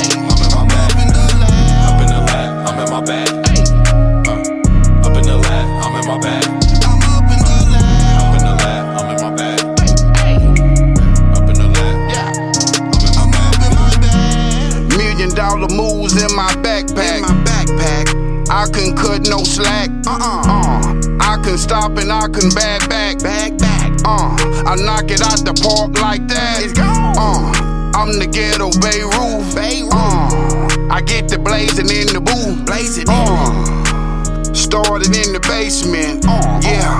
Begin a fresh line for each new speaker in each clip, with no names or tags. Uh, Uh,
back. Uh-uh. Uh, I can stop and I can back back. Back back. Uh, I knock it out the park like that. It's gone. Uh, I'm the ghetto Beirut. Beirut. Uh, I get the blazing in the booth. Blazing uh, Started in the basement. Uh, yeah.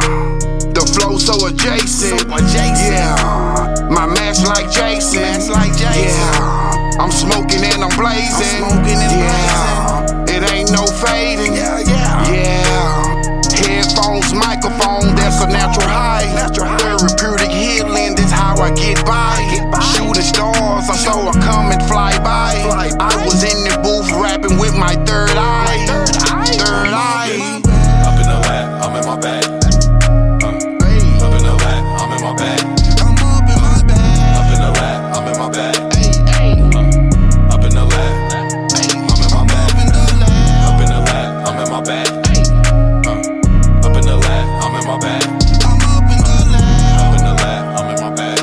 The flow so adjacent.
So adjacent.
Yeah. My match like Jason.
Match like Jason.
Yeah. I'm smoking and I'm blazing.
I'm smoking and
yeah. It ain't no fading.
Yeah, yeah.
Yeah. Headphones, microphone, that's a natural high.
Natural high.
Therapeutic healing, that's how I get by.
get by.
Shooting stars, I saw her come and fly by.
Fly by.
I was in the booth rapping with my third eye.
Third eye.
Third eye.
Up in the lab, I'm in my bag. Uh, Up in the lab, I'm in my bag. Up in the lab, I'm in my bag. Uh, Up in the lab, I'm in my bag. Up in the lab, I'm in my bag. Uh, Up in the lab, I'm in my bag. Up in the lab, I'm in my bag.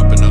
Up in the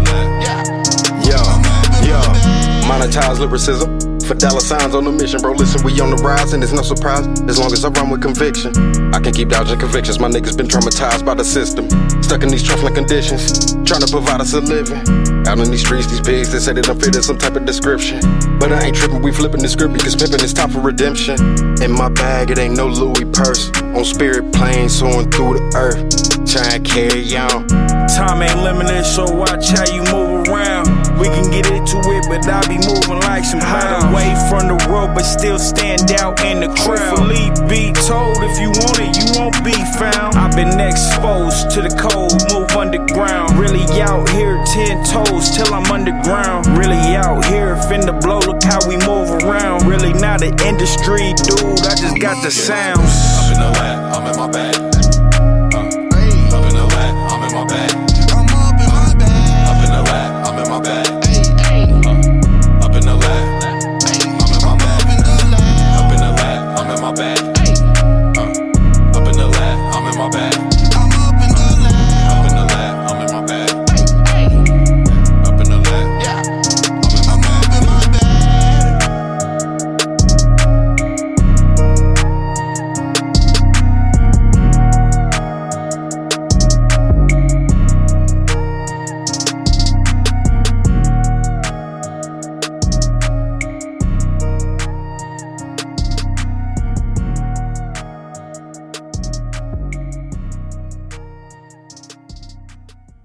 lab.
Yo, yo, monetize lyricism. For dollar signs on the mission, bro. Listen, we on the rise, and it's no surprise. As long as I run with conviction, I can keep dodging convictions. My niggas been traumatized by the system. Stuck in these trifling conditions, trying to provide us a living. Out in these streets, these pigs, they say that I'm fit in some type of description. But I ain't tripping, we flipping the script because pimping is time for redemption. In my bag, it ain't no Louis purse. On spirit planes, soaring through the earth. Trying to carry on.
Time ain't limited, so watch how you move around. We can get into it, but I be moving like some hounds. Away from the road, but still stand out in the crowd. Truthfully be told, if you want it, you won't be found. I've been exposed to the cold, move underground. Really out here, ten toes till I'm underground. Really out here, finna blow, look how we move around. Really not an industry dude, I just got the sounds.
Up in the lab, I'm in my bag. Uh, Up in the lab, I'm in my bag. Up in the lab, I'm in my bag. Uh, Up in the lab, I'm in my bag. Up in the lab, I'm in my bag.